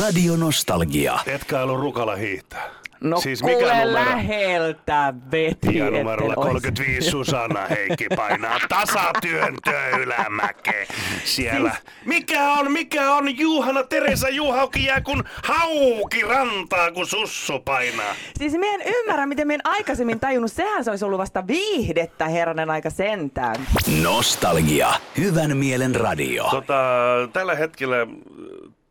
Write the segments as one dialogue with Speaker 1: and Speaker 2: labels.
Speaker 1: Radio Nostalgia.
Speaker 2: Tetkailu rukalla hiihtää.
Speaker 3: No
Speaker 2: siis
Speaker 3: kuule
Speaker 2: mikä numero?
Speaker 3: läheltä veti.
Speaker 2: Ja
Speaker 3: etten
Speaker 2: numerolla
Speaker 3: ois-
Speaker 2: 35 Susanna Heikki painaa tasatyöntöä ylämäkeen siellä.
Speaker 3: Siis-
Speaker 2: Mikä on, mikä on Juhana Teresa Juhauki jää kun hauki rantaa kun sussu painaa.
Speaker 3: Siis mä en ymmärrä, miten mä en aikaisemmin tajunnut. Sehän se olisi ollut vasta viihdettä, herranen aika sentään.
Speaker 1: Nostalgia. Hyvän mielen radio.
Speaker 2: Tota, tällä hetkellä äh,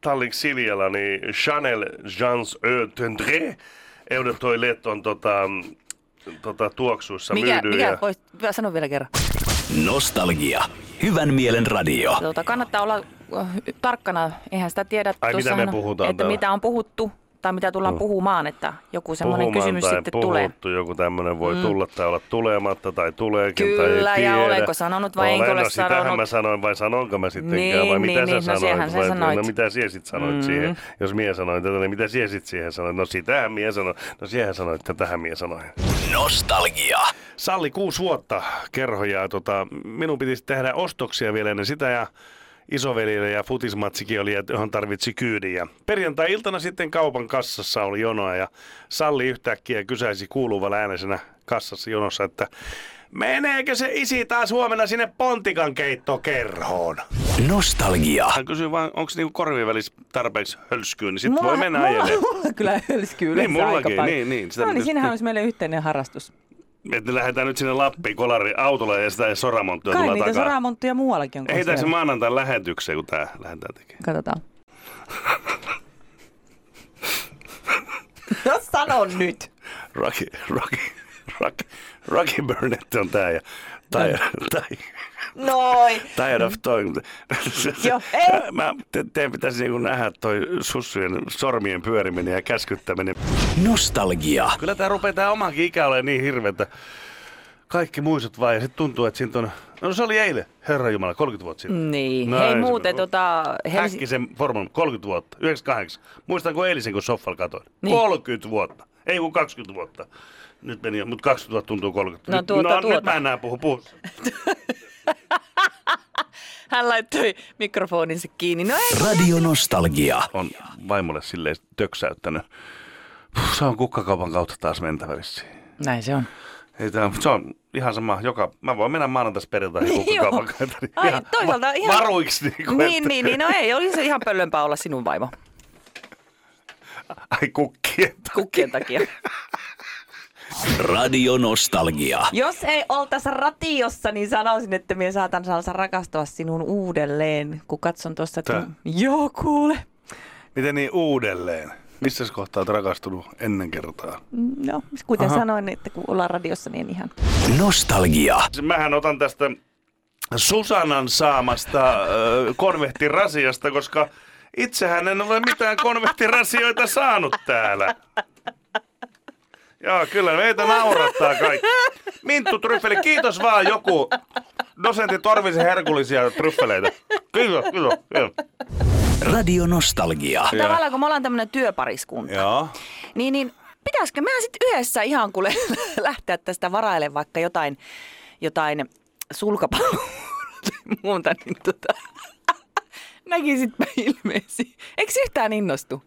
Speaker 2: Tallink Siljalla niin Chanel Jeans Ö Tendre Eudetoi Let on tota, mm, tota, tuoksuissa
Speaker 4: Mikä,
Speaker 2: myydy.
Speaker 4: mikä voit, sano vielä kerran.
Speaker 1: Nostalgia. Hyvän mielen radio.
Speaker 4: Tuota, kannattaa olla äh, tarkkana, eihän sitä tiedä,
Speaker 2: Ai, mitä
Speaker 4: tuossahan
Speaker 2: me
Speaker 4: on,
Speaker 2: puhutaan
Speaker 4: että
Speaker 2: täällä? Hmm.
Speaker 4: mitä on puhuttu tai mitä tullaan puhumaan, että joku semmoinen
Speaker 2: Puhumaan
Speaker 4: kysymys
Speaker 2: tai
Speaker 4: sitten
Speaker 2: puhuttu,
Speaker 4: tulee. Mm.
Speaker 2: joku tämmöinen voi tulla tai olla tulematta tai tuleekin
Speaker 4: Kyllä,
Speaker 2: tai ei
Speaker 4: ja
Speaker 2: tiedä.
Speaker 4: olenko sanonut vai enkö ole
Speaker 2: no, sitähän
Speaker 4: sanonut.
Speaker 2: mä sanoin vai sanonko mä sittenkään
Speaker 4: Niin,
Speaker 2: vai
Speaker 4: niin,
Speaker 2: mitä
Speaker 4: niin,
Speaker 2: sä
Speaker 4: no
Speaker 2: sanoit?
Speaker 4: senhän sä
Speaker 2: vai,
Speaker 4: sanoit. Mm.
Speaker 2: No mitä siellä sit sanoit siihen? Jos mie sanoin tätä, niin mitä siellä sit siihen sanoit? No sitähän mie sanoin. No siehän sanoit, että tähän mie sanoin.
Speaker 1: Nostalgia.
Speaker 2: Salli kuusi vuotta kerhoja. ja Tota, minun piti sit tehdä ostoksia vielä ennen sitä ja isoveljelle ja futismatsikin oli, ja johon tarvitsi kyydiä. Perjantai-iltana sitten kaupan kassassa oli jonoa ja Salli yhtäkkiä kysäisi kuuluvalla äänesenä kassassa jonossa, että meneekö se isi taas huomenna sinne pontikan keittokerhoon?
Speaker 1: Nostalgia.
Speaker 2: Hän kysyy vaan, onko niinku korvien välissä tarpeeksi hölskyyn, niin sitten
Speaker 3: Mulla-
Speaker 2: voi mennä
Speaker 3: mulla-
Speaker 2: ajelemaan.
Speaker 3: Mulla kyllä hölskyy yleensä
Speaker 2: mullakin,
Speaker 3: aika paljon.
Speaker 2: niin, niin, sitä
Speaker 3: no niin,
Speaker 2: pitäisi-
Speaker 3: siinähän olisi meille yhteinen harrastus.
Speaker 2: Että lähdetään nyt sinne Lappiin kolari autolla ja sitä soramonttua
Speaker 3: Kai
Speaker 2: tulee
Speaker 3: niitä
Speaker 2: takaa.
Speaker 3: soramonttuja muuallakin on. kuin
Speaker 2: Ei tässä
Speaker 3: siellä.
Speaker 2: maanantain lähetykseen, kun tää lähdetään tekemään.
Speaker 3: Katsotaan. no sano nyt.
Speaker 2: Rocky, Rocky, Rocky, Rocky Burnett on tää ja tired,
Speaker 4: No.
Speaker 2: tired,
Speaker 3: Noi.
Speaker 2: tired of talking.
Speaker 3: Joo, ei.
Speaker 2: Mä te, teidän pitäisi niinku nähdä toi sussujen sormien pyöriminen ja käskyttäminen.
Speaker 1: Nostalgia.
Speaker 2: Kyllä tää rupeaa tää omakin ikä olemaan niin hirveetä. Kaikki muistut vaan ja sit tuntuu, että siitä on... No se oli eilen, herra Jumala, 30 vuotta sitten.
Speaker 4: Niin,
Speaker 2: No
Speaker 4: hei
Speaker 2: ei se-
Speaker 4: muuten tota, Helsi-
Speaker 2: Häkkisen Formula 30 vuotta, 98. Muistanko eilisen, kun soffalla katoin?
Speaker 4: Niin.
Speaker 2: 30 vuotta, ei kun 20 vuotta. Nyt meni jo, mutta 20 vuotta tuntuu 30.
Speaker 4: No
Speaker 2: Nyt-
Speaker 4: tuota,
Speaker 2: no, nyt
Speaker 4: tuota.
Speaker 2: mä enää puhu, puhu.
Speaker 4: hän laittoi mikrofoninsa kiinni. No ei,
Speaker 1: Radio Nostalgia.
Speaker 2: On vaimolle silleen töksäyttänyt. Puh, se on kukkakaupan kautta taas mentävä vissiin.
Speaker 4: näin se on.
Speaker 2: Ei tää, se on ihan sama, joka, mä voin mennä maanantais perjantaihin
Speaker 4: Niin joo.
Speaker 2: kukkakaupan kautta. niin
Speaker 4: Ai,
Speaker 2: ihan
Speaker 4: toisaalta
Speaker 2: va-
Speaker 4: ihan-
Speaker 2: Varuiksi. Niin, kuin,
Speaker 4: Niin,
Speaker 2: että-
Speaker 4: niin, niin, no ei, oli se ihan pöllömpää olla sinun vaimo
Speaker 2: Ai kukkien
Speaker 4: kukkien takia.
Speaker 1: Radio Nostalgia.
Speaker 3: Jos ei oltaisi ratiossa, niin sanoisin, että minä saatan salsa rakastua sinun uudelleen, kun katson tuossa, että
Speaker 2: Tää?
Speaker 3: joo kuule.
Speaker 2: Miten niin uudelleen? Missä kohtaa olet rakastunut ennen kertaa?
Speaker 3: No, kuten sanoin, että kun ollaan radiossa, niin ihan.
Speaker 1: Nostalgia.
Speaker 2: Mähän otan tästä Susanan saamasta äh, konvehtirasiasta, koska itsehän en ole mitään konvehtirasioita saanut täällä. Joo, kyllä meitä naurattaa kaikki. Minttu Tryffeli, kiitos vaan joku dosentti Torvisen herkullisia tryffeleitä. Kiitos, kiitos, kiitos.
Speaker 1: Radio Nostalgia.
Speaker 4: Tavallaan kun me ollaan tämmöinen työpariskunta,
Speaker 2: Joo.
Speaker 4: niin, niin pitäisikö mä sitten yhdessä ihan kuule lähteä tästä varaille vaikka jotain, jotain sulkapalloa tai muuta, niin tota, näkisitpä ilmeesi. Eikö se yhtään innostu?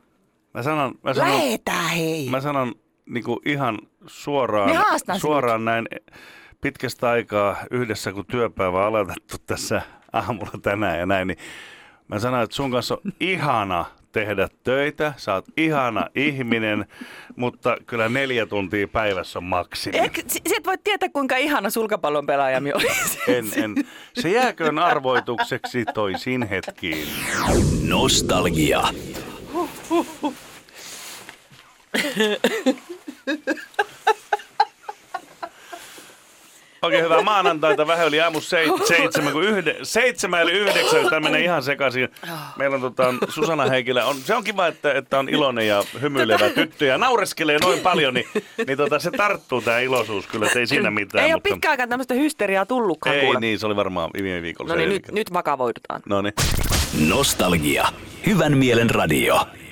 Speaker 2: Mä sanon, mä sanon,
Speaker 4: Lähetään hei!
Speaker 2: Mä sanon niinku ihan
Speaker 4: Me
Speaker 2: suoraan,
Speaker 4: haastan
Speaker 2: suoraan näin pitkästä aikaa yhdessä, kun työpäivä on aloitettu tässä aamulla tänään ja näin, niin mä sanon, että sun kanssa on ihana tehdä töitä, sä oot ihana ihminen, mutta kyllä neljä tuntia päivässä on maksimi.
Speaker 4: Eikö, si- si- et voi tietää, kuinka ihana sulkapallon pelaaja minä olisin.
Speaker 2: En, en. Se jääköön arvoitukseksi toisiin hetkiin.
Speaker 1: Nostalgia.
Speaker 2: Oikein hyvää maanantaita, vähän yli aamu seit- seitsemän, kun yhde, seitsemän eli yhdeksän, tämä menee ihan sekaisin. Meillä on tota, Susanna Heikilä, on, se on kiva, että, että on iloinen ja
Speaker 4: Tota-
Speaker 2: hymyilevä tyttö ja naureskelee noin paljon, niin, niin tota, se tarttuu tämä iloisuus kyllä, että ei siinä mitään.
Speaker 4: Ei ole pitkään aikaan tämmöistä hysteriaa tullutkaan
Speaker 2: Ei
Speaker 4: kuule.
Speaker 2: niin, se oli varmaan viime viikolla.
Speaker 4: no niin, nyt, nyt vakavoidutaan.
Speaker 2: No niin.
Speaker 1: Nostalgia. Hyvän mielen radio.